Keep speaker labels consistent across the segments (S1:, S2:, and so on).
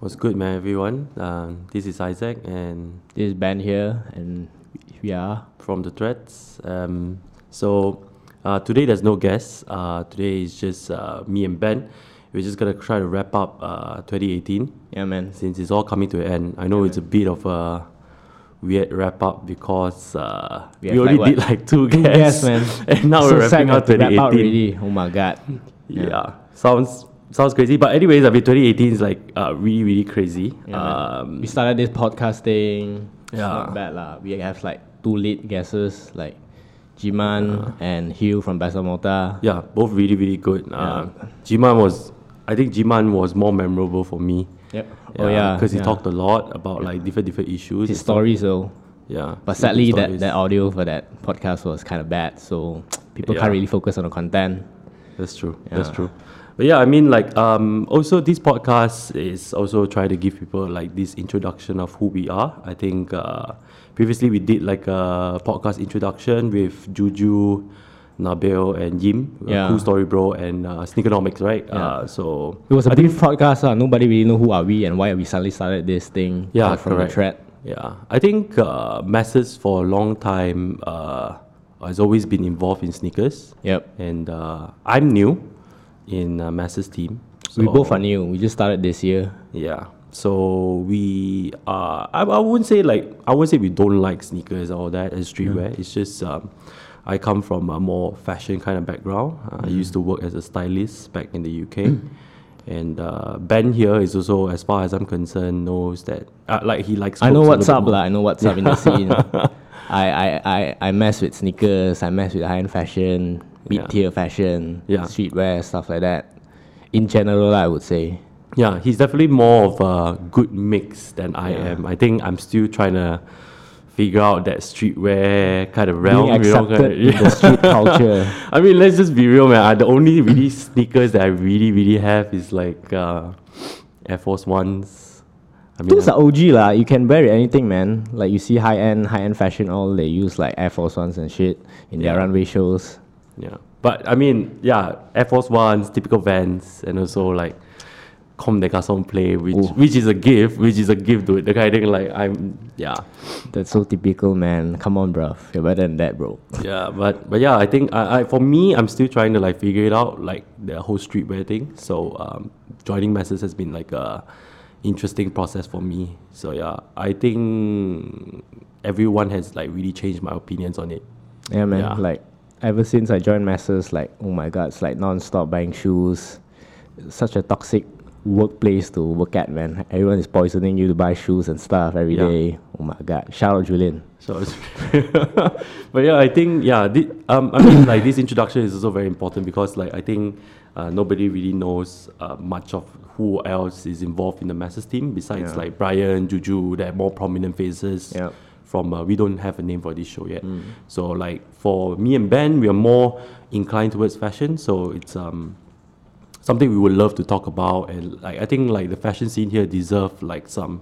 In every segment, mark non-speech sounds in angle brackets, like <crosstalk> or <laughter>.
S1: What's good, man, everyone? Um, this is Isaac, and
S2: This is Ben here, and we are
S1: from the threads. Um, so uh, today there's no guests. Uh, today is just uh, me and Ben. We're just gonna try to wrap up uh, 2018
S2: yeah, man.
S1: since it's all coming to an end. I know it's a bit of a weird wrap up because uh,
S2: We
S1: we,
S2: have
S1: already
S2: like
S1: did
S2: what?
S1: like two guests,
S2: Yes,
S1: <laughs>
S2: man.
S1: and now
S2: So
S1: we're wrapping
S2: sad we have
S1: up
S2: to wrap
S1: 2018.
S2: out already. Oh my god.
S1: Yeah. sounds sounds crazy, but anyways, I mean 2018 is like uh, really really crazy.
S2: Yeah, man.
S1: um,
S2: we started this podcast thing. It's not
S1: Yeah.
S2: bad lah. We have like two lead guesses, like Jiman and Hugh from Basamota.
S1: Yeah, both really, really good. Uh, Jiman was, I think Jiman was more memorable for me.
S2: Yep. Oh yeah.
S1: because he
S2: yeah.
S1: talked a lot about like different different issues. and
S2: his
S1: stuff.
S2: stories though.
S1: Yeah, different
S2: But sadly, that,
S1: stories.
S2: that audio for that podcast was kind of bad, so people can't
S1: Yeah.
S2: really focus on the content.
S1: that's true. That's
S2: Yeah.
S1: true. But yeah, I mean, like, um, also this podcast is also trying to give people like this introduction of who we are. I think uh, previously we did like a podcast introduction with Juju, Nabil, and Yim, uh,
S2: Yeah.
S1: Cool Story Bro, and uh, Sneakernomics, right?
S2: Yeah.
S1: Uh, so
S2: It was a brief podcast. Uh, nobody really know who are we and why we suddenly started this thing.
S1: Yeah,
S2: uh, from
S1: correct.
S2: the thread.
S1: Yeah, I think uh, Masses for a long time uh, has always been involved in sneakers,
S2: Yep.
S1: and uh, I'm new in uh, Masses team.
S2: we
S1: so-
S2: both are new. We just started this year.
S1: Yeah, so we uh, I, I wouldn't say like I wouldn't say we don't like sneakers or that as
S2: Mm.
S1: streetwear. It's just um, I come from a more fashion kind of background. Uh, I
S2: Mm.
S1: used to work as a stylist back in the UK. And uh, Ben here is also, as far as I'm concerned, knows that uh, like he likes.
S2: I know
S1: clothes a
S2: what's
S1: little bit
S2: up,
S1: more.
S2: lah. I know what's up in the scene.
S1: <laughs>
S2: I, I, I, I mess with sneakers. I mess with high-end fashion, mid-tier fashion,
S1: Yeah.
S2: streetwear stuff like that. In general, lah, I would say.
S1: Yeah, he's definitely more of a good mix than I am. I think I'm still trying to figure out that streetwear kind of realm.
S2: Being
S1: you know,
S2: accepted
S1: kinda-
S2: in the street culture.
S1: <laughs> I mean, let's just be real, man. I, the only really sneakers that I really, really have is like uh, Air Force Ones. I mean,
S2: Those are OG lah. You can wear it anything, man. Like you see high end, high end fashion, all they use like Air Force Ones and shit in their
S1: Yeah.
S2: runway shows.
S1: yeah. But I mean, yeah, Air Force Ones, typical Vans, and also like Comme des Garçons Play, which which is a gift, which is a gift, dude. The kind of thing, like I'm, yeah.
S2: That's so typical, man. Come on, bruv. You're better than that, bro.
S1: yeah but but yeah i think I, I for me i'm still trying to like figure it out like the whole streetwear thing so um joining masses has been like a interesting process for me so yeah i think everyone has like really changed my opinions on it
S2: Yeah, man.
S1: Yeah.
S2: Like ever since I joined Masses, like oh my god, it's like non-stop buying shoes. Such a toxic workplace to work at, man. Everyone is poisoning you to buy shoes and stuff every
S1: Yeah.
S2: day. Oh my god. Shout out Julian.
S1: so it's <laughs> but yeah i think yeah thi- um, i mean like this introduction is also very important because like i think uh, nobody really knows uh, much of who else is involved in the masses team besides
S2: Yeah.
S1: like brian juju they're more prominent faces
S2: Yep.
S1: from uh, we don't have a name for this show yet so like for me and ben we are more inclined towards fashion so it's um something we would love to talk about and like i think like the fashion scene here deserve like some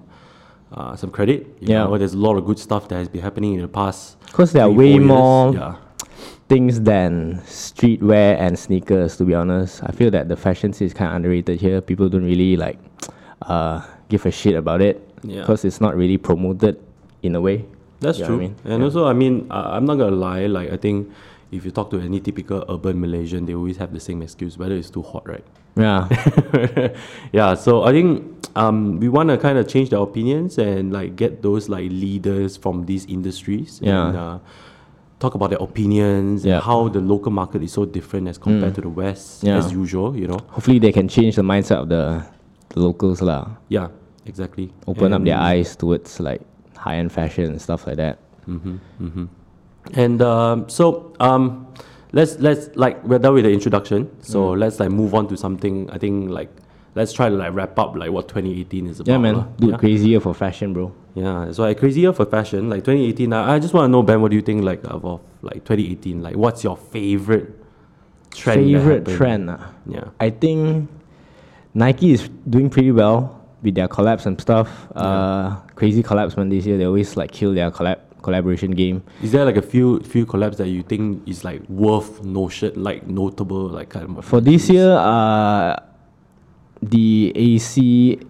S1: uh, some credit you
S2: Yeah.
S1: know, there's a lot of good stuff that has been happening in the past
S2: 'Cause there are
S1: three,
S2: way
S1: four years.
S2: more-
S1: yeah
S2: Things than streetwear and sneakers, to be honest. I feel that the fashion scene is kinda underrated here. People don't really like uh give a shit about it.
S1: Yeah.
S2: Because it's not really promoted in a way.
S1: that's
S2: You know
S1: true
S2: what I mean?
S1: and also i mean uh, i'm not gonna lie like i think if you talk to any typical urban malaysian they always have the same excuse whether it's too hot right
S2: Yeah.
S1: <laughs> yeah so i think um, we want to kind of change their opinions and like get those like leaders from these industries and
S2: Yeah.
S1: uh, talk about their opinions
S2: Yeah. Mm.
S1: and how the local market is so different as compared to the west
S2: Yeah.
S1: as usual you know
S2: Hopefully they can change the mindset of the, the locals lah.
S1: yeah exactly
S2: open up their
S1: And-
S2: eyes towards like high end fashion and stuff like that.
S1: And um, so um, let's let's like we're done with the introduction. So
S2: Mm.
S1: let's like move on to something. I think like let's try to like wrap up like what 2018 is about.
S2: Yeah, man,
S1: lah.
S2: dude,
S1: yeah.
S2: crazy year for fashion, bro.
S1: Yeah. So like crazy year for fashion. Like 2018. I, I just want to know Ben, what do you think like of, of like 2018? Like what's your favorite trend? that
S2: Favorite
S1: happened?
S2: trend, ah,
S1: Yeah.
S2: I think Nike is doing pretty well with their collabs and stuff. Uh, crazy collabs, man. This year they always like kill their collab collaboration game.
S1: Is there like a few few collabs that you think is like worth notion like notable like kind of
S2: For this year, uh, the AC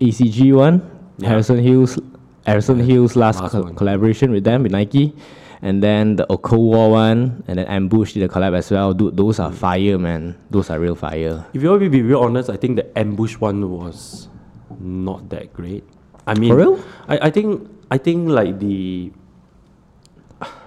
S2: ECG one,
S1: Yeah.
S2: Harrison Hughes, Harrison Hughes last,
S1: Last
S2: co-
S1: one.
S2: collaboration with them with Nike, and then the Oko War one, and then Ambush did a collab as well. Dude, those are fire, man. Those are real fire.
S1: If you want me to be real honest, I think the ambush one was not that great. I mean,
S2: For real?
S1: I, I think I think like the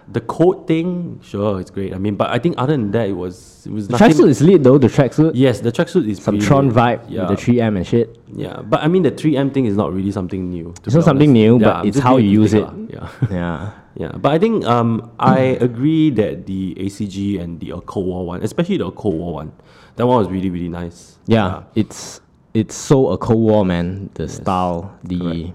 S1: the code thing, sure, it's great. I mean, but I think other than that, it was it was
S2: The
S1: nothing.
S2: tracksuit is lit though. The tracksuit,
S1: yes, the tracksuit is
S2: some
S1: pretty
S2: Tron
S1: good.
S2: vibe
S1: Yeah,
S2: with the 3M and shit. <laughs>
S1: yeah. But I mean, the three M thing is not really something new. to
S2: It's
S1: be
S2: not something
S1: honest.
S2: new,
S1: Yeah,
S2: but
S1: I'm
S2: it's
S1: just
S2: how
S1: being
S2: you use
S1: critic
S2: it.
S1: lah, Yeah. <laughs>
S2: Yeah.
S1: Yeah, but I think um, I agree that the ACG and the uh, Cold War one, especially the Cold War one, that one was really really nice.
S2: Yeah, it's it's so a cold war man. The style, the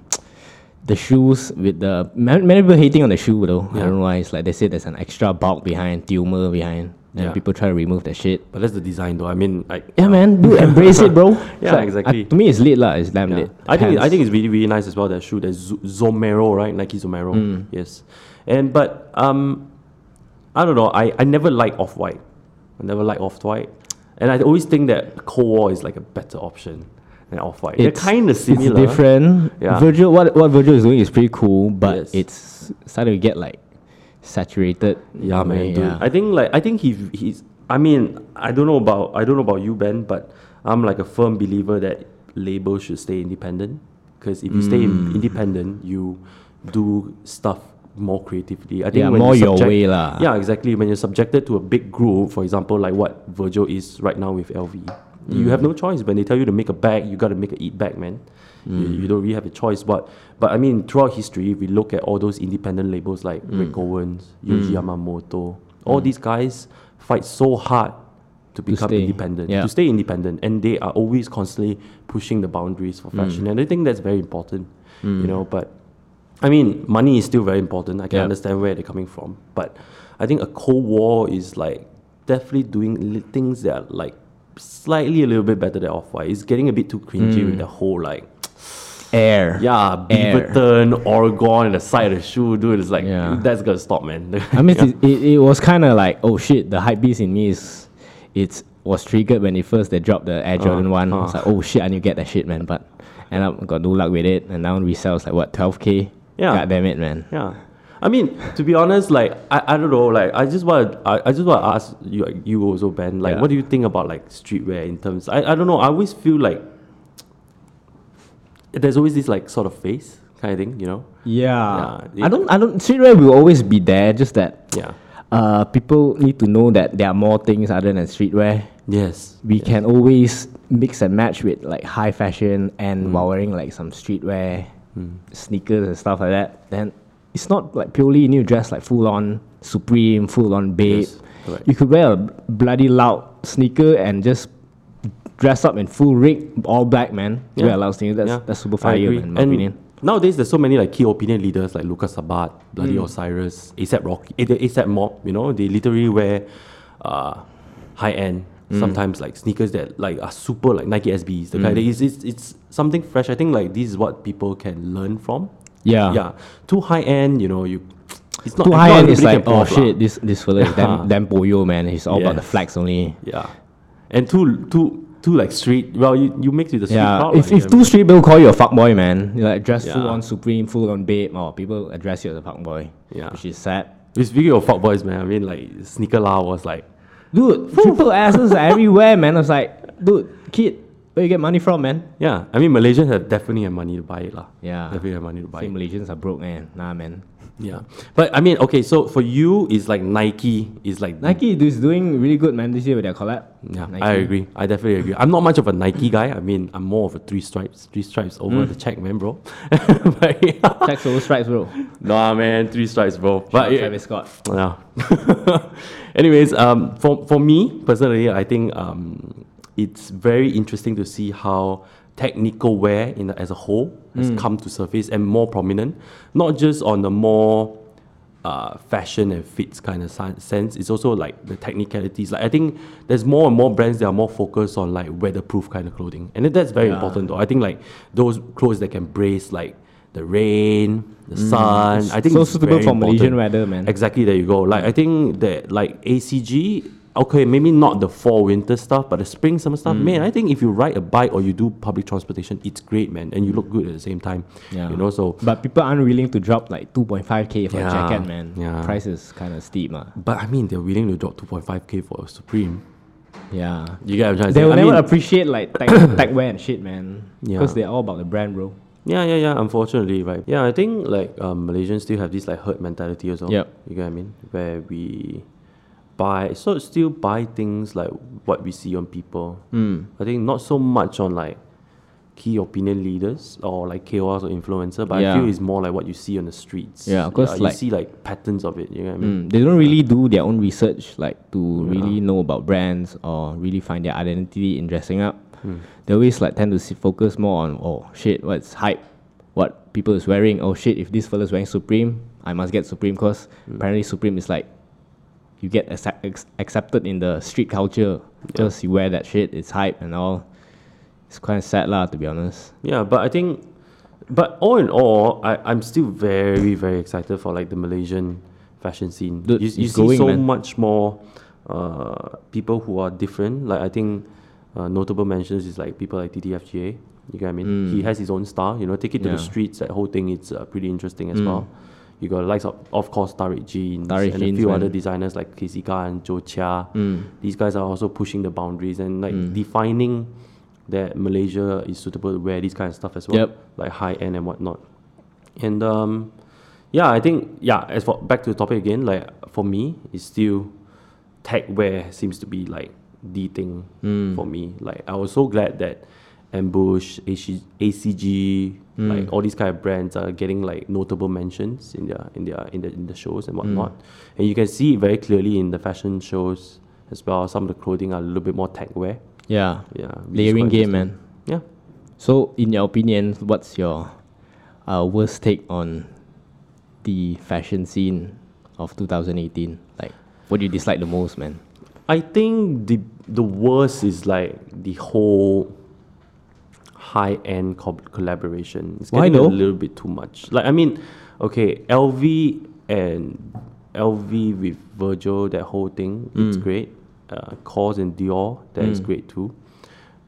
S2: the shoes with the man, many people hating on the shoe though. I
S1: Yeah.
S2: don't know why. It's like they say there's an extra bulk behind, tumor behind, and
S1: Yeah.
S2: people try to remove that shit.
S1: but that's the design though. I mean, like <laughs>
S2: Yeah, man, dude, embrace it, bro. It's
S1: Yeah,
S2: like, I-
S1: exactly.
S2: to me, it's lit lah. It's damn
S1: Yeah.
S2: lit.
S1: I think I
S2: Pants.
S1: think it's really really nice as well. That shoe, that Z- Zomero, right? Nike Zomero.
S2: Mm.
S1: Yes, and but um, I don't know. I I never like off white. I never like off white, and I always think that Cold War is like a better option than off white. They're
S2: It's-
S1: kind of similar.
S2: It's different.
S1: Yeah.
S2: Virgil, what what Virgil is doing is pretty cool, but
S1: Yes.
S2: it's starting to get like saturated. in
S1: Yeah,
S2: a
S1: man.
S2: way,
S1: dude.
S2: yeah.
S1: I think like I think he he's. I mean, I don't know about I don't know about you, Ben, but I'm like a firm believer that labels should stay independent. Because if you stay
S2: Mm.
S1: in, independent, you do stuff more creatively. I think
S2: Yeah,
S1: when
S2: more
S1: you're
S2: your
S1: subject-
S2: way lah.
S1: Yeah, exactly. When you're subjected to a big group, for example, like what Virgil is right now with LV, you have no choice. When they tell you to make a bag, you got to make a eat bag, man. You, you don't really have a choice. But but I mean, throughout history, if we look at all those independent labels like Rick Owens, Yuji Yamamoto, all these guys fight so hard to become
S2: stay,
S1: independent,
S2: yeah.
S1: to stay independent, and they are always constantly pushing the boundaries for fashion, and I think that's very important. You know, but I mean, money is still very important. I can
S2: Yeah.
S1: understand where they're coming from, but I think a cold war is like definitely doing li- things that are like slightly a little bit better than off white. It's getting a bit too cringy with the whole like
S2: Air.
S1: yeah,
S2: Mm. Air.
S1: Beaverton, Oregon, and the side of the shoe, dude. It's like
S2: Yeah.
S1: that's gonna stop, man. <laughs>
S2: I mean, it, it, it was kind of like, oh shit, the hype beast in me is, it was triggered when they first they dropped the
S1: Uh,
S2: Air Jordan one. It's like, oh shit, I need to get that shit, man. But end up got no luck with it, and now resells like what, 12k?
S1: Yeah.
S2: God damn it, man.
S1: Yeah. I mean, to be honest, like I, I don't know, like I just want I, I just want to ask you like, you also Ben, like
S2: Yeah.
S1: what do you think about like streetwear in terms? I, I don't know. I always feel like there's always this like sort of face kind of thing, you know?
S2: Yeah.
S1: Yeah,
S2: I don't, I don't, streetwear will always be there, just that
S1: Yeah.
S2: uh, people need to know that there are more things other than streetwear.
S1: Yes.
S2: We can always mix and match with like high fashion and
S1: Mm.
S2: while wearing like some streetwear, sneakers and stuff like that. Then it's not like purely you need to dress like full on Supreme, full on Babe.
S1: Yes, correct.
S2: you could wear a bloody loud sneaker and just dress up in full rig, all black, man.
S1: Yeah.
S2: Wear a loud sneaker. That's
S1: Yeah,
S2: that's super
S1: I
S2: fire,
S1: agree.
S2: man. In my
S1: and
S2: opinion.
S1: Nowadays, there's so many like key opinion leaders like Lucas Sabat, Bloody
S2: Mm.
S1: Osiris, ASAP Rocky, eh, the ASAP Mob. You know, they literally wear uh, high end.
S2: Mm.
S1: Sometimes like sneakers that like are super like Nike SBs. The kind that is it's, it's something fresh. I think like this is what people can learn from.
S2: Yeah.
S1: yeah. Too high end, you know, you. It's not
S2: Ah. Too
S1: not
S2: high end is
S1: everybody can
S2: like,
S1: pull
S2: oh
S1: off lah.
S2: shit, this this fella
S1: <laughs>
S2: is damn, damn boyo, man. He's all about the
S1: Yes.
S2: flags only.
S1: Yeah, and too too too like street. Well, you, you mix with the street
S2: Yeah,
S1: crowd.
S2: if,
S1: lah, you
S2: if
S1: know.
S2: two street people call you a fuckboy, man, you're like dress full
S1: Yeah.
S2: on supreme, full on babe, or people address you as a fuckboy.
S1: Yeah.
S2: Which is sad.
S1: speaking of fuckboys, man, I mean like sneaker la was like
S2: Dude,
S1: <laughs>
S2: triple asses are everywhere, man. I was like, dude, kid, where you get money from, man?
S1: Yeah, I mean Malaysians have definitely have money to buy it lah.
S2: Yeah.
S1: definitely have money to buy
S2: Say
S1: it.
S2: Malaysians are broke, man. Nah, man.
S1: Yeah, but I mean, okay, so for you, it's like Nike is like
S2: Nike is doing really good, man, this year with their collab.
S1: Yeah,
S2: Nike.
S1: I agree. I definitely agree. I'm not much of a Nike guy. I mean, I'm more of a three stripes, three stripes over the check, man, bro. <laughs> but, yeah.
S2: Checks over stripes, bro.
S1: Nah, man, three stripes, bro. But yeah,
S2: Travis Scott.
S1: Yeah. <laughs> Anyways, um, for, for me personally, I think um, it's very interesting to see how technical wear in the, as a whole has
S2: Mm.
S1: come to surface and more prominent, not just on the more uh, fashion and fits kind of si- sense. It's also like the technicalities. Like I think there's more and more brands that are more focused on like weatherproof kind of clothing, and then that's very
S2: Yeah.
S1: important though. I think like those clothes that can brace like the rain, the sun. I think
S2: Mm. so
S1: it's
S2: suitable
S1: very
S2: for Malaysian
S1: important.
S2: weather, man.
S1: Exactly, there you go. Like I think that like ACG okay, maybe not the fall winter stuff, but the spring summer stuff,
S2: Mm.
S1: man. I think if you ride a bike or you do public transportation, it's great, man, and you look good at the same time.
S2: Yeah.
S1: You know, so
S2: But people aren't willing to drop like 2.5k for
S1: Yeah,
S2: a jacket, man.
S1: yeah.
S2: Price is kind of steep, ah.
S1: but I mean, they're willing to drop 2.5k for a Supreme.
S2: Yeah.
S1: You get what I'm trying to
S2: They
S1: say?
S2: will
S1: I
S2: never
S1: mean-
S2: appreciate like <coughs> tech, tech wear and shit, man.
S1: Yeah.
S2: Because they're all about the brand, bro.
S1: Yeah, yeah, yeah. Unfortunately, right. Yeah, I think like um, Malaysians still have this like herd mentality as well.
S2: Yep.
S1: You get what I mean? Where we buy, so still buy things like what we see on people.
S2: Hmm.
S1: Mm. I think not so much on like key opinion leaders or like KOLs or influencer, but I
S2: Yeah.
S1: feel it's more like what you see on the streets.
S2: Yeah, 'cause
S1: you
S2: like-
S1: see like patterns of it. You know what I mean?
S2: Mm, they don't really do their own research, like to really know about brands or really find their identity in dressing up. They always like tend to s- focus more on oh shit, what's hype, what people is wearing. Oh shit, if this fella's wearing Supreme, I must get Supreme because apparently Supreme is like you get accept- ex- accepted in the street culture because you wear that shit. It's hype and all. It's kind of sad lah, to be honest.
S1: Yeah, but I think, but all in all, I, I'm still very, very excited for like the Malaysian fashion scene.
S2: Dude,
S1: you you
S2: it's
S1: see
S2: going,
S1: so
S2: man.
S1: much more uh, people who are different. Like I think uh, notable mentions is like people like TTFGA. You get what I mean? He has his own style. You know, take it to the
S2: Mm. Yeah. Mm.
S1: streets. That whole thing, it's uh, pretty interesting as well. You got likes of, of course, Tariq Jeans
S2: Tariq
S1: and a
S2: Jeans,
S1: few
S2: man.
S1: other designers like Casey Khan, Joe Chia. These guys are also pushing the boundaries and like defining that Malaysia is suitable to wear this kind of stuff as well,
S2: Yep.
S1: like high end and whatnot. And um, yeah, I think yeah. As for back to the topic again, like for me, it's still tech wear seems to be like the thing
S2: Hmm.
S1: for me. Like I was so glad that Ambush, AC, ACG,
S2: Hmm.
S1: like all these kind of brands are getting like notable mentions in their in their in the in the shows and whatnot.
S2: Hmm.
S1: And you can see it very clearly in the fashion shows as well. Some of the clothing are a little bit more tech wear.
S2: Yeah,
S1: Yeah, which is quite
S2: layering game,
S1: interesting.
S2: man.
S1: Yeah.
S2: So, in your opinion, what's your uh, worst take on the fashion scene of 2018? Like, what do you dislike the most, man?
S1: I think the the worst is like the whole high end co- collaboration. It's
S2: Why
S1: getting a
S2: though?
S1: little bit too much. Like I mean, okay, LV and LV with Virgil, that whole thing, it's
S2: Mm.
S1: great. Uh, Cause and Dior, that is great too.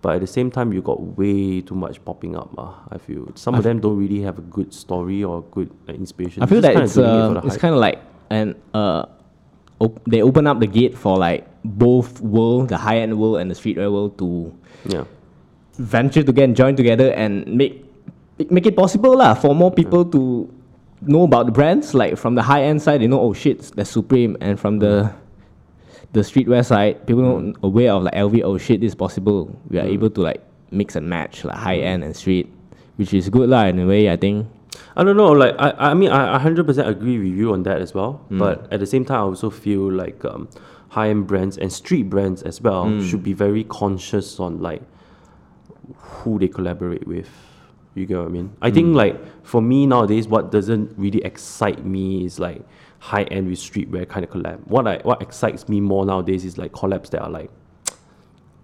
S1: But at the same time, you got way too much popping up. Uh, I feel some of them don't really have a good story or good uh, inspiration.
S2: I feel
S1: They're
S2: that
S1: just
S2: it's
S1: kinda doing it
S2: uh,
S1: for the
S2: it's
S1: hype.
S2: kind of like an uh, op- they open up the gate for like both world, the high end world and the streetwear world to
S1: yeah.
S2: venture together and join together and make make it possible lah for more people to know about the brands like from the high end side they know oh shit that's supreme and from the the streetwear side people not aware of like LV oh shit this is possible we are able to like mix and match like high end and street which is good lah in a way I think
S1: I don't know. Like I, I mean, I hundred percent agree with you on that as well. But at the same time, I also feel like um, high end brands and street brands as well should be very conscious on like who they collaborate with. You get what I mean? I
S2: Mm.
S1: think like for me nowadays, what doesn't really excite me is like high end with streetwear kind of collab. What I what excites me more nowadays is like collabs that are like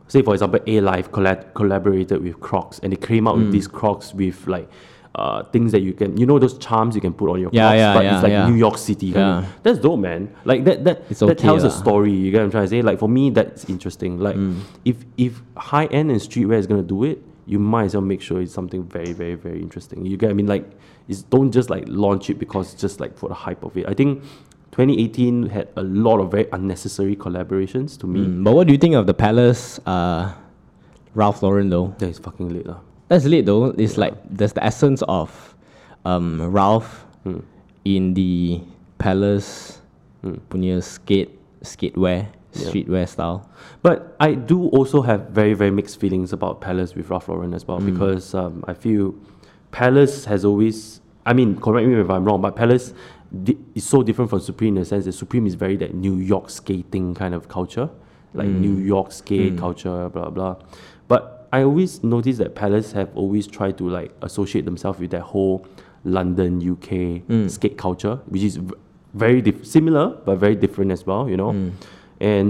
S1: say for example a life collab- collaborated with crocs and they came out
S2: Mm.
S1: with these crocs with like uh, things that you can you know those charms you can put on your
S2: Yeah,
S1: crocs
S2: yeah,
S1: but
S2: yeah,
S1: it's like
S2: yeah.
S1: new york city kind of-
S2: Yeah.
S1: that's dope man like that that
S2: It's
S1: that
S2: okay
S1: tells a
S2: lah.
S1: story you get what i'm trying to say like for me that's interesting like if if high end and streetwear is going to do it you might as well make sure it's something very very very interesting you get what i mean like it's don't just like launch it because it's just like for the hype of it i think 2018 had a lot of very unnecessary collaborations to me
S2: Mm, but what do you think of the Palace uh, Ralph Lauren though
S1: that is fucking lit lah.
S2: That's lit though. It's like there's the essence of um, Ralph
S1: Hmm.
S2: in the palace punya skate skatewear streetwear style.
S1: But I do also have very, very mixed feelings about Palace with Ralph Lauren as well because um, I feel Palace has always, I mean, correct me if I'm wrong, but Palace di- is so different from Supreme in the sense that Supreme is very that New York skating kind of culture, like New York skate culture, blah, blah. But I always notice that Palace have always tried to like associate themselves with that whole London, UK skate culture, which is v- very diff- similar but very different as well, you know.
S2: Hmm.
S1: And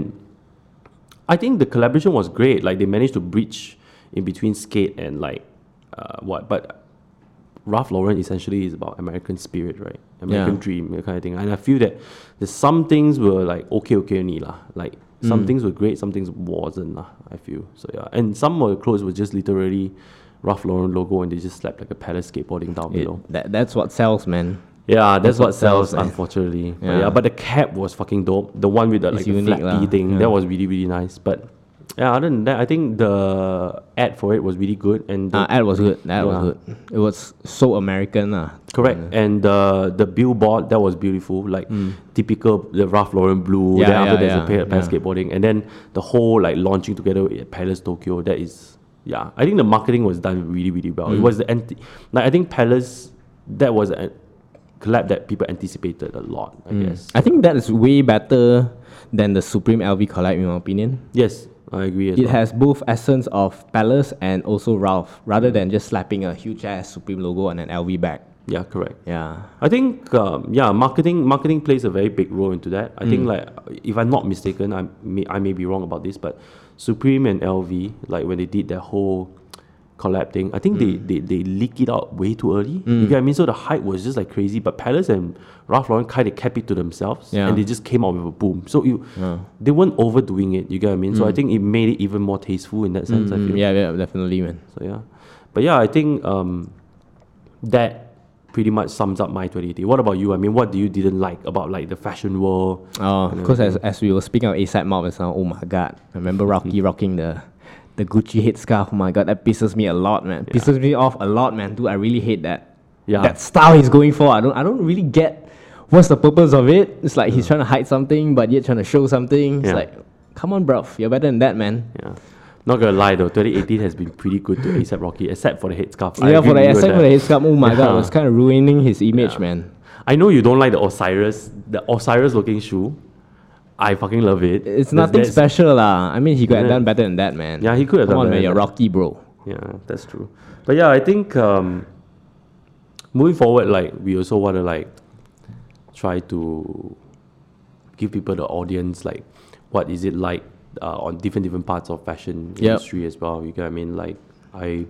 S1: I think the collaboration was great. Like they managed to bridge in between skate and like uh, what, but Ralph Lauren essentially is about American spirit, right? American
S2: Yeah.
S1: dream, that kind of thing. And I feel that there's some things were like okay, okay, only lah. Like
S2: Mm.
S1: Some things were great, some things wasn't. lah. I feel so. Yeah, and some of the clothes were just literally Ralph Lauren logo, and they just slapped like a palette skateboarding down
S2: It,
S1: below.
S2: that, that's what sells, man.
S1: Yeah, that's,
S2: what
S1: what sells,
S2: sells, eh.
S1: unfortunately. But
S2: Yeah.
S1: yeah. but the cap was fucking dope. The one with the
S2: It's
S1: like the
S2: unique
S1: flappy
S2: lah,
S1: thing,
S2: yeah.
S1: that was really really nice. But yeah, other than that, I think the ad for it was really good and the,
S2: Uh, ad was good.
S1: Yeah.
S2: That was good. It was so American, ah. lah.
S1: correct and the the billboard that was beautiful, like typical the Ralph Lauren blue.
S2: Hmm. Yeah,
S1: then after
S2: yeah,
S1: there's
S2: yeah,
S1: a pa-
S2: yeah.
S1: skateboarding, and then the whole like launching together at Palace Tokyo. That is yeah, I think the marketing was done really really well.
S2: Hmm.
S1: It was the anti- like I think Palace that was a collab that people anticipated a lot. I guess.
S2: I think that is way better than the Supreme LV collab, in my opinion.
S1: Yes, I agree. As
S2: It
S1: well.
S2: has both essence of Palace and also Ralph, rather
S1: Hmm.
S2: than just slapping a huge ass Supreme logo on an LV bag.
S1: Yeah, correct.
S2: Yeah.
S1: I think um, yeah, marketing marketing plays a very big role into that. I think like if I'm not mistaken, I may I may be wrong about this, but Supreme and LV like when they did their whole collab thing, I think they, they they leak it out way too early. You get what I mean? So the hype was just like crazy. But Palace and Ralph Lauren kind of kept it to themselves,
S2: Yeah.
S1: and they just came out with a boom. So you they weren't overdoing it. You get what I mean? So I think it made it even more tasteful in that sense. I feel.
S2: Mm, yeah, yeah, definitely, man.
S1: So yeah, but yeah, I think um, that pretty much sums up my 2018. What about you? I mean, what do you didn't like about like the fashion world?
S2: Oh, because as, as we were speaking of ASAP Mob just now, oh my god, I remember
S1: Mm-hmm.
S2: Rocky rocking the the Gucci headscarf. Oh my god, that pisses me a lot, man. Pisses me off a lot, man. Dude, I really hate that.
S1: Yeah.
S2: That style he's going for, I don't I don't really get what's the purpose of it. It's like he's trying to hide something, but yet trying to show something. It's
S1: Yeah.
S2: like, come on, bruv, you're better than that, man.
S1: Yeah, not gonna lie though, 2018 has been pretty good to ASAP Rocky, except for the headscarf. I
S2: yeah,
S1: agree
S2: for the
S1: with you
S2: except
S1: on
S2: for the
S1: that.
S2: headscarf, oh my god, it
S1: Yeah.
S2: was kind of ruining his image, man.
S1: I know you don't like the Osiris, the Osiris looking shoe. I fucking love it.
S2: It's
S1: That's-
S2: nothing
S1: that's-
S2: special, lah. I mean, he could have
S1: Yeah.
S2: done better than that, man.
S1: Yeah, he could have
S2: Come
S1: done
S2: on,
S1: better than
S2: man. You're
S1: that.
S2: Rocky, bro.
S1: Yeah, that's true. But yeah, I think um, moving forward, like we also want to like try to give people the audience like what is it like uh, on different different parts of fashion
S2: Yep.
S1: industry as well. You get what I mean? Like I,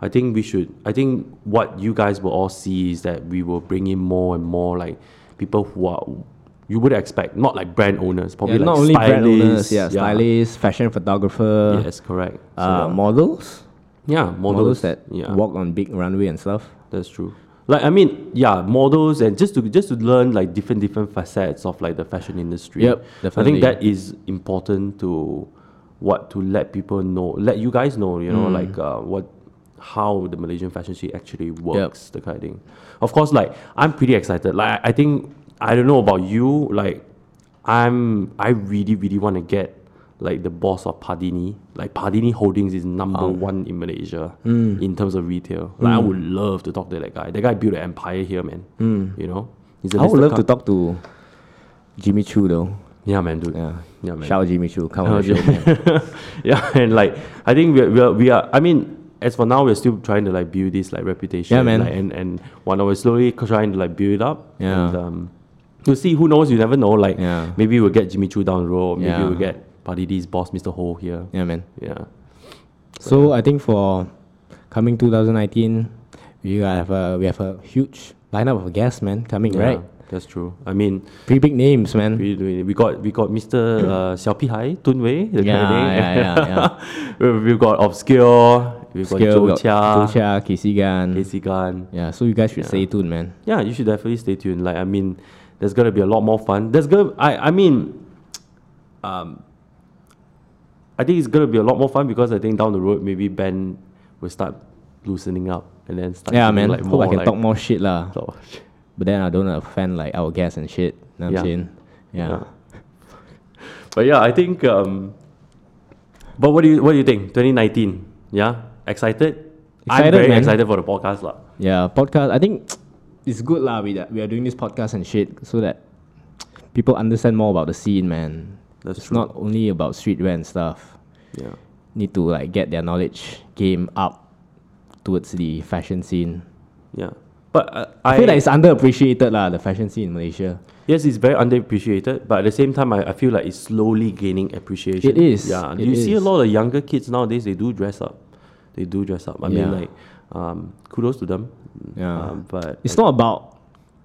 S1: I think we should. I think what you guys will all see is that we will bring in more and more like people who are you would expect not like brand owners, probably
S2: Yeah,
S1: like
S2: not only brand owners,
S1: stylists,
S2: yeah, stylists, fashion photographer,
S1: Yes, correct. So,
S2: uh, models,
S1: yeah,
S2: models
S1: models,
S2: that
S1: yeah.
S2: walk on big runway and stuff.
S1: That's true. Like I mean, yeah, models and just to just to learn like different different facets of like the fashion industry.
S2: Yep, definitely.
S1: I think that is important to what to let people know, let you guys know, you
S2: Mm.
S1: know, like uh, what how the Malaysian fashion scene actually works, the kind of thing. Of course, like I'm pretty excited. Like I I think I don't know about you, like I'm I really really want to get like the boss of Padini. Like Padini Holdings is number
S2: Oh.
S1: one in Malaysia
S2: Mm.
S1: in terms of retail. Like I would love to talk to that guy. That guy built an empire here, man. You know, he's a
S2: Mm. I would
S1: listed co-
S2: love to talk to Jimmy Choo though.
S1: Yeah, man, dude.
S2: Yeah,
S1: Yeah, man.
S2: shout out Jimmy Choo.
S1: oh,
S2: Come on, the show.
S1: <laughs> yeah, and like I think we are, we are, we are. I mean, as for now, we're still trying to like build this like reputation.
S2: Yeah, man.
S1: Like, and and one hour slowly trying to like build it up.
S2: Yeah.
S1: And, um, we'll see. Who knows? You never know. Like
S2: Yeah.
S1: maybe we'll get Jimmy Choo down the road. Or maybe
S2: Yeah.
S1: we'll get Padidi's boss, Mr. Ho here.
S2: yeah, man.
S1: Yeah.
S2: So I think for coming 2019, we gotta have a we have a huge lineup of guests, man, coming right.
S1: That's true. I mean,
S2: Pretty big names, man.
S1: we we got we got Mr. Uh, Xiao Pihai, Tun Wei, the
S2: Yeah, yeah, yeah,
S1: yeah, yeah. <laughs> We've got Obscure, we've got
S2: Skill,
S1: Zhou Chia,
S2: Zhou Chia, Casey Gan.
S1: Casey Gan.
S2: Yeah, so you guys should stay tuned, man.
S1: yeah, you should definitely stay tuned. Like, I mean, there's gonna be a lot more fun. There's gonna, I, I mean, um, I think it's gonna be a lot more fun because I think down the road maybe Ben will start loosening up and then start
S2: Yeah,
S1: doing,
S2: man.
S1: like
S2: Hope
S1: more
S2: I can
S1: like <laughs>
S2: talk more shit lah.
S1: talk-
S2: But then I don't offend like our guests and shit. Know what I'm
S1: Yeah.
S2: saying? Yeah.
S1: yeah. But yeah, I think. Um, but what do you what do you think? 2019, yeah, excited. I'm
S2: Excited,
S1: very
S2: man.
S1: excited for the podcast, lah.
S2: Yeah, podcast I think it's good lah we that we are doing this podcast and shit so that people understand more about the scene, man.
S1: That's
S2: it's
S1: true.
S2: not only about streetwear and stuff.
S1: Yeah.
S2: Need to like get their knowledge game up towards the fashion scene.
S1: Yeah. But uh,
S2: I feel like it's underappreciated lah, the fashion scene in Malaysia.
S1: Yes, it's very underappreciated, but at the same time, I, I feel like it's slowly gaining appreciation.
S2: It is.
S1: Yeah,
S2: It
S1: you see a
S2: is.
S1: lot of younger kids nowadays. They do dress up. They do dress up. I mean,
S2: Yeah.
S1: like, um, kudos to them.
S2: Yeah.
S1: Um, but
S2: It's not about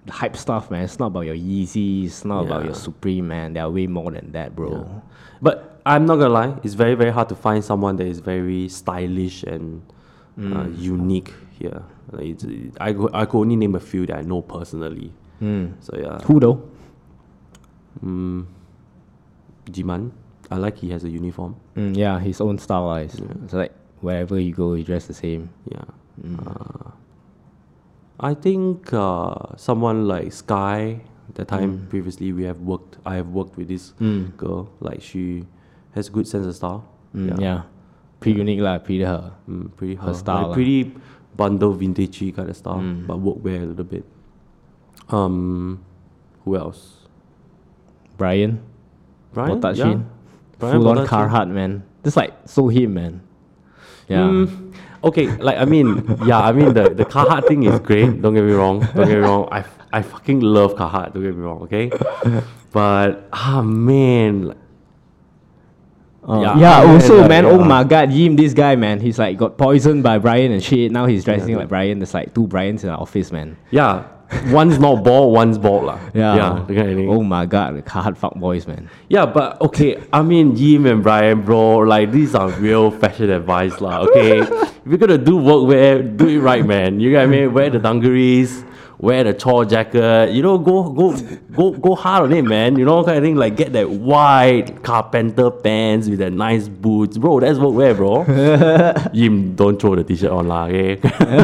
S2: the hype stuff, man. It's not about your Yeezy. It's not about
S1: Yeah.
S2: your Supreme, man. They are way more than that, bro.
S1: but I'm not gonna lie, it's very very hard to find someone that is very stylish and uh,
S2: Mm.
S1: unique here. Like it's, I go, I could only name a few that I know personally.
S2: Mm.
S1: So yeah,
S2: Who though?
S1: Jiman, I like he has a uniform.
S2: Mm, yeah, his own style wise. So like wherever you go, you dress the same.
S1: Yeah.
S2: Mm.
S1: Uh, I think uh, someone like Sky. That time
S2: Mm.
S1: previously we have worked. I have worked with this girl. Like she has good sense of style.
S2: Mm, yeah. pretty unique lah. Pretty uh, her.
S1: Mm, pretty her,
S2: style uh, Mm.
S1: like
S2: lah.
S1: pretty bundle vintagey kind of style, but workwear a little bit. Um, who else?
S2: Brian,
S1: Brian,
S2: Botat
S1: yeah.
S2: Shin,
S1: Brian
S2: full on
S1: Botat Shin.
S2: Carhartt man. That's like so him man. Yeah.
S1: Mm, okay, like I mean, yeah, I mean the the Carhartt thing is great. Don't get me wrong. Don't get me wrong. I f- I fucking love Carhartt. Don't get me wrong. Okay, but ah man, like,
S2: Uh,
S1: Yeah,
S2: yeah,
S1: yeah,
S2: also
S1: yeah,
S2: man,
S1: yeah.
S2: oh my god, Yim, this guy man, he's like got poisoned by Brian and shit. Now he's dressing
S1: dude.
S2: like Brian. There's like two Brians in our office, man.
S1: yeah, one's not bald, one's bald lah. yeah, that kind of thing.
S2: oh my god, the hard fuck boys, man.
S1: Yeah, but okay, I mean Yim and Brian, bro, like these are real fashion advice, lah. Okay, if you're gonna do workwear, do it right, man. You know what I mean? Wear the dungarees, wear the tall jacket. You know, go go go go hard on it, man. You know, kind of thing. Like get that white carpenter pants with that nice boots, bro. That's workwear, bro. Yim, don't throw the t-shirt on, lah. Okay.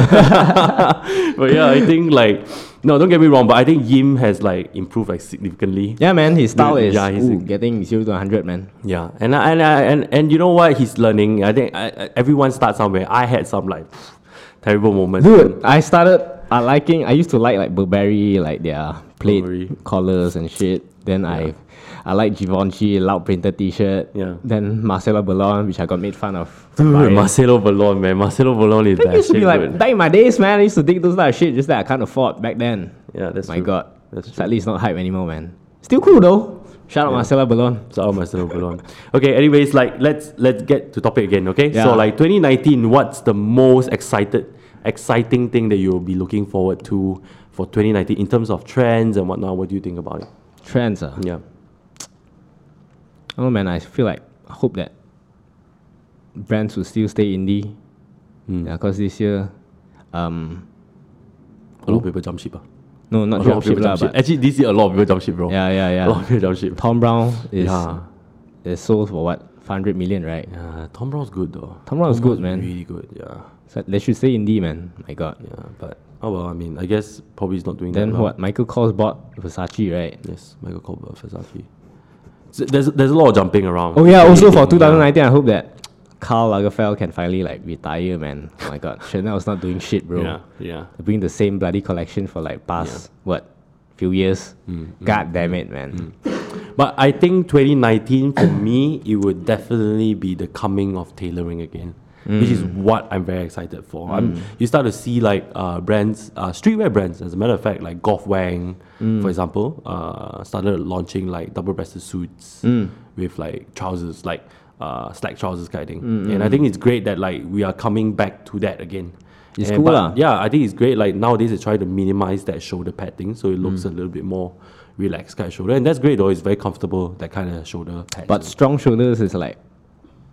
S1: <laughs> but yeah, I think like no, don't get me wrong, but I think Yim has like improved like significantly.
S2: Yeah, man, his style
S1: Dude,
S2: is
S1: yeah, he's a-
S2: ooh, getting zero to hundred, man.
S1: Yeah, and I, and, I, and and you know what he's learning. I think I, I- everyone starts somewhere. I had some like <sighs> terrible moments.
S2: Dude, I started I liking. I used to like like Burberry, like their plate
S1: Burberry.
S2: collars and shit. Then I, I like Givenchy loud printed T-shirt.
S1: Yeah.
S2: Then Marcelo Bellon, which I got made fun of.
S1: Dude,
S2: by-
S1: Marcelo Ballon, man, Marcelo Ballon is
S2: That used to
S1: bashing.
S2: be like
S1: dude.
S2: back in my days, man. I used to dig those type of shit just that I can't afford back then.
S1: yeah, that's
S2: My
S1: true.
S2: God,
S1: That's true.
S2: sadly it's not hype anymore, man. Still cool though. Shout out Marcelo Bellon.
S1: So Marcelo Ballon. Okay, anyways, like let's let's get to topic again. Okay, so
S2: Yeah.
S1: like 2019, what's the most excited exciting thing that you'll be looking forward to for 2019 in terms of trends and whatnot? What do you think about it?
S2: Trends, ah.
S1: Yeah.
S2: Oh man, I feel like I hope that brands will still stay indie.
S1: Hmm.
S2: because this year, um,
S1: A lot of people jump ship. ah.
S2: no, not
S1: A lot of people
S2: dropship lah,
S1: jump ship.
S2: but
S1: Actually, this year a lot of people jump ship, bro.
S2: yeah, yeah,
S1: A lot
S2: yeah.
S1: of people jump ship.
S2: Tom Brown is
S1: Yeah.
S2: is sold for what five hundred million, right?
S1: Yeah, Tom Brown's good though.
S2: Tom Brown's good, man.
S1: Really good, yeah,
S2: So they should stay indie, man. My God.
S1: yeah. But oh well, I mean, I guess probably he's not doing that.
S2: Then
S1: well.
S2: what? Michael Kors bought Versace, right?
S1: Yes, Michael Colbert, Versace. So there's there's a lot of jumping around.
S2: Oh yeah, also for
S1: Yeah.
S2: 2019, I hope that Karl Lagerfeld can finally like retire, man. Oh my God, <laughs> Chanel's not doing shit, bro.
S1: Yeah, yeah.
S2: They're doing the same bloody collection for like past what few years. God damn it, man.
S1: But I think 2019 for me, it would definitely be the coming of tailoring again, which
S2: Mm.
S1: is what I'm very excited for. I'm, you start to see like uh, brands, uh, streetwear brands, as a matter of fact, like Golf Wang,
S2: Mm.
S1: for example, uh, started launching like double-breasted suits
S2: Mm.
S1: with like trousers, like uh, slack trousers kind of thing.
S2: Mm,
S1: And I think it's great that like we are coming back to that again.
S2: It's
S1: And-
S2: cool
S1: but
S2: lah.
S1: yeah, I think it's great. Like nowadays, they try to minimize that shoulder pad thing, so it looks a little bit more relaxed kind of shoulder, and that's great though. It's very comfortable that kind of shoulder pad.
S2: But strong shoulders is like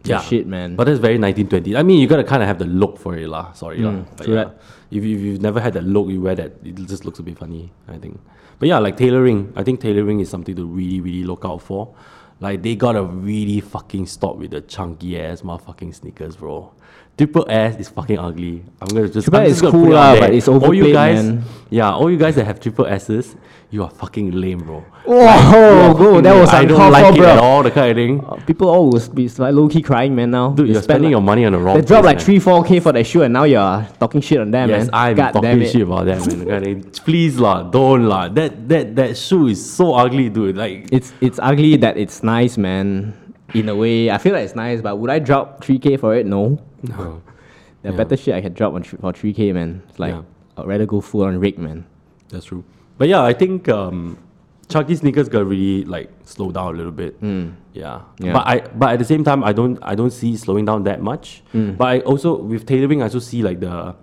S2: the
S1: yeah,
S2: shit, man.
S1: But that's very 1920. I mean, you gotta kind of have the look for it lah. Sorry lah. But
S2: true
S1: yeah,
S2: that.
S1: if, you- if you've never had that look, you wear that, it just looks a bit funny. I think. But yeah, like tailoring. I think tailoring is something to really, really look out for. Like they gotta really fucking stop with the chunky ass motherfucking sneakers, bro. Triple S is fucking ugly. I'm gonna just.
S2: Triple
S1: I'm
S2: S
S1: just
S2: is
S1: gonna
S2: cool
S1: put it out
S2: lah,
S1: there.
S2: but it's
S1: All you
S2: overplayed,
S1: guys,
S2: man.
S1: yeah, all you guys that have triple S's, you are fucking lame, bro.
S2: Whoa, Oh, bro, that was
S1: I don't
S2: uncalled
S1: like
S2: for,
S1: it
S2: bro.
S1: at all. The kind of thing.
S2: Uh, People always be s- like low key crying, man. Now
S1: Dude,
S2: They
S1: you're
S2: spend,
S1: spending your
S2: like,
S1: money on the wrong.
S2: They dropped
S1: place,
S2: like
S1: man.
S2: three, four k for that shoe, and now you're talking shit on them,
S1: Yes,
S2: man.
S1: I'm
S2: God damn
S1: talking
S2: it.
S1: shit about that, man. Okay, please lah, don't lah. That that that shoe is so ugly, dude. Like
S2: It's it's ugly that it's nice, man. In a way, I feel like it's nice, but would I drop three k for it? No.
S1: no.
S2: There are better shit I can drop on thr- for three k, man. It's like
S1: Yeah.
S2: I'd rather go full on rig, man.
S1: That's true. But yeah, I think um, chunky sneakers got really like slow down a little bit. Yeah.
S2: Yeah.
S1: But I but at the same time, I don't I don't see it slowing down that much. But I also with tailoring, I also see like the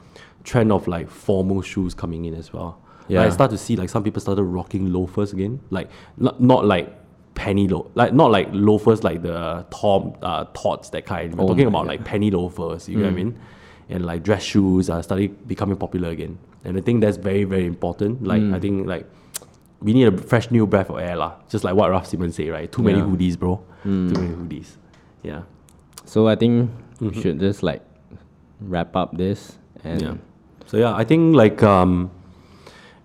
S1: trend of like formal shoes coming in as well. Yeah. I
S2: Yeah.
S1: start to see like some people started rocking loafers again, like not, not like penny loaf, like not like loafers like the Tom uh, Tots that kind. We're
S3: Oh Mm.
S1: talking
S3: my
S1: about like penny loafers. You know what I mean? And like dress shoes are starting becoming popular again. And I think that's very very important. Like
S3: Mm.
S1: I think like we need a fresh new breath of air lah. Just like what Ralph Simon say, right? Too many
S3: Yeah. Mm.
S1: hoodies, bro. Too many hoodies. Yeah.
S2: So I think we should just like wrap up this and
S1: Mm-hmm. Yeah. So yeah, I think like um,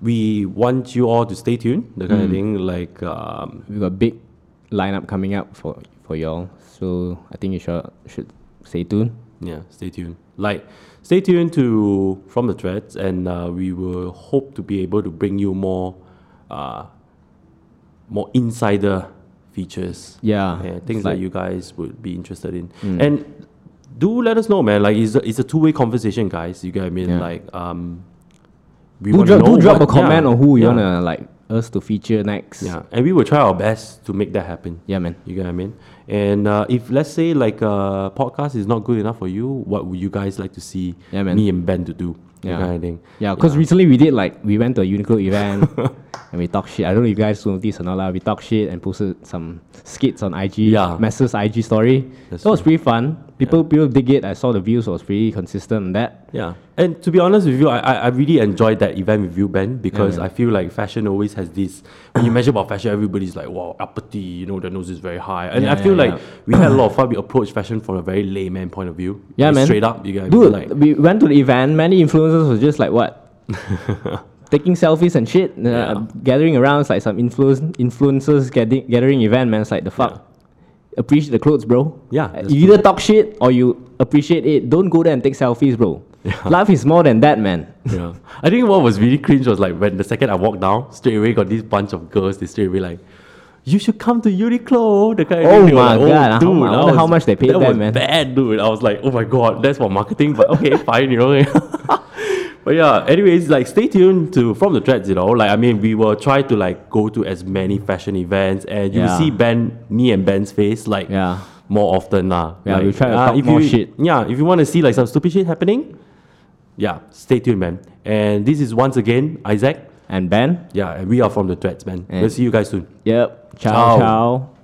S1: we want you all to stay tuned. The kind of
S3: Mm.
S1: thing like um,
S2: we've got big lineup coming up for for y'all. So I think you should should stay tuned.
S1: yeah, stay tuned. Like stay tuned to from the threads, and uh, we will hope to be able to bring you more uh, more insider features.
S2: Yeah,
S1: yeah,
S2: Ah, it's
S1: things
S2: like- Hmm.
S1: that you guys would be interested in. And do let us know, man. Like it's a, it's a two way conversation, guys. You get what I mean?
S2: Yeah.
S1: Like um, we
S2: do
S1: wanna
S2: drop,
S1: know
S2: do drop
S1: what-
S2: a comment
S1: yeah,
S2: on who you
S1: yeah,
S2: wanna like us to feature next.
S1: Yeah, and we will try our best to make that happen.
S2: yeah, man.
S1: You get what I mean? And uh, if let's say like a podcast is not good enough for you, what would you guys like to see
S2: Yeah, man.
S1: me and Ben to do?
S2: Yeah.
S1: That kind of thing.
S2: Yeah, because recently we did like we went to a Uniqlo
S1: <laughs>
S2: event and we talked shit. I don't know if you guys noticed or not lah. We talked shit and posted some skits on IG.
S1: Yeah.
S2: Messa's IG story.
S1: That's
S2: that was pretty fun. People people dig it. I saw the views was pretty consistent on that.
S1: Yeah. And to be honest with you, I, I, I really enjoyed that event with you, Ben, because I feel like fashion always has this. When you measure about fashion, everybody's like, wow, uppity, you know, their nose is very high. And
S2: Yeah,
S1: I feel
S2: yeah,
S1: like
S2: yeah.
S1: we had a lot of fun. We approached fashion from a very layman point of view.
S2: Yeah,
S1: Like,
S2: man.
S1: Straight up, you get what
S2: Dude,
S1: I mean? Like,
S2: we went to the event. Many influencers was just like
S1: <laughs>
S2: what, taking selfies and shit, uh,
S1: Yeah.
S2: gathering around. It's like some influence influencers gathering gathering event. Man, it's like the fuck. Appreciate the clothes, bro.
S1: Yeah,
S2: Uh,
S1: that's
S2: you either talk shit or you appreciate it. Don't go there and take selfies, bro. Life is more than that, man.
S1: yeah. I think what was really cringe was like when the second I walked down, straight away got this bunch of girls, they straight away like, you should come to Uniqlo. The kind of
S2: Oh
S1: thing. They were
S2: my
S1: like,
S2: God, how mu- I
S1: that
S2: wonder how much they paid
S1: that
S2: them,
S1: was
S2: man."
S1: Bad, dude. I was like, oh my god, that's for marketing, but okay, <laughs> fine, you know. <laughs> but yeah, anyways, like stay tuned to from the threads, you know. Like I mean, we will try to like go to as many fashion events, and you will
S2: Yeah.
S1: see Ben, me and Ben's face, like
S2: Yeah.
S1: more often lah.
S2: Yeah,
S1: like,
S2: we'll try to
S1: ah,
S2: talk
S1: if
S2: more
S1: you,
S2: shit.
S1: Yeah, if you want to see like some stupid shit happening, yeah, stay tuned, man. And this is once again Isaac.
S2: And Ben,
S1: Yeah, and we are from the Threads, man.
S2: And-
S1: we'll see you guys soon.
S2: yep. Ciao,
S1: Ciao.
S2: ciao.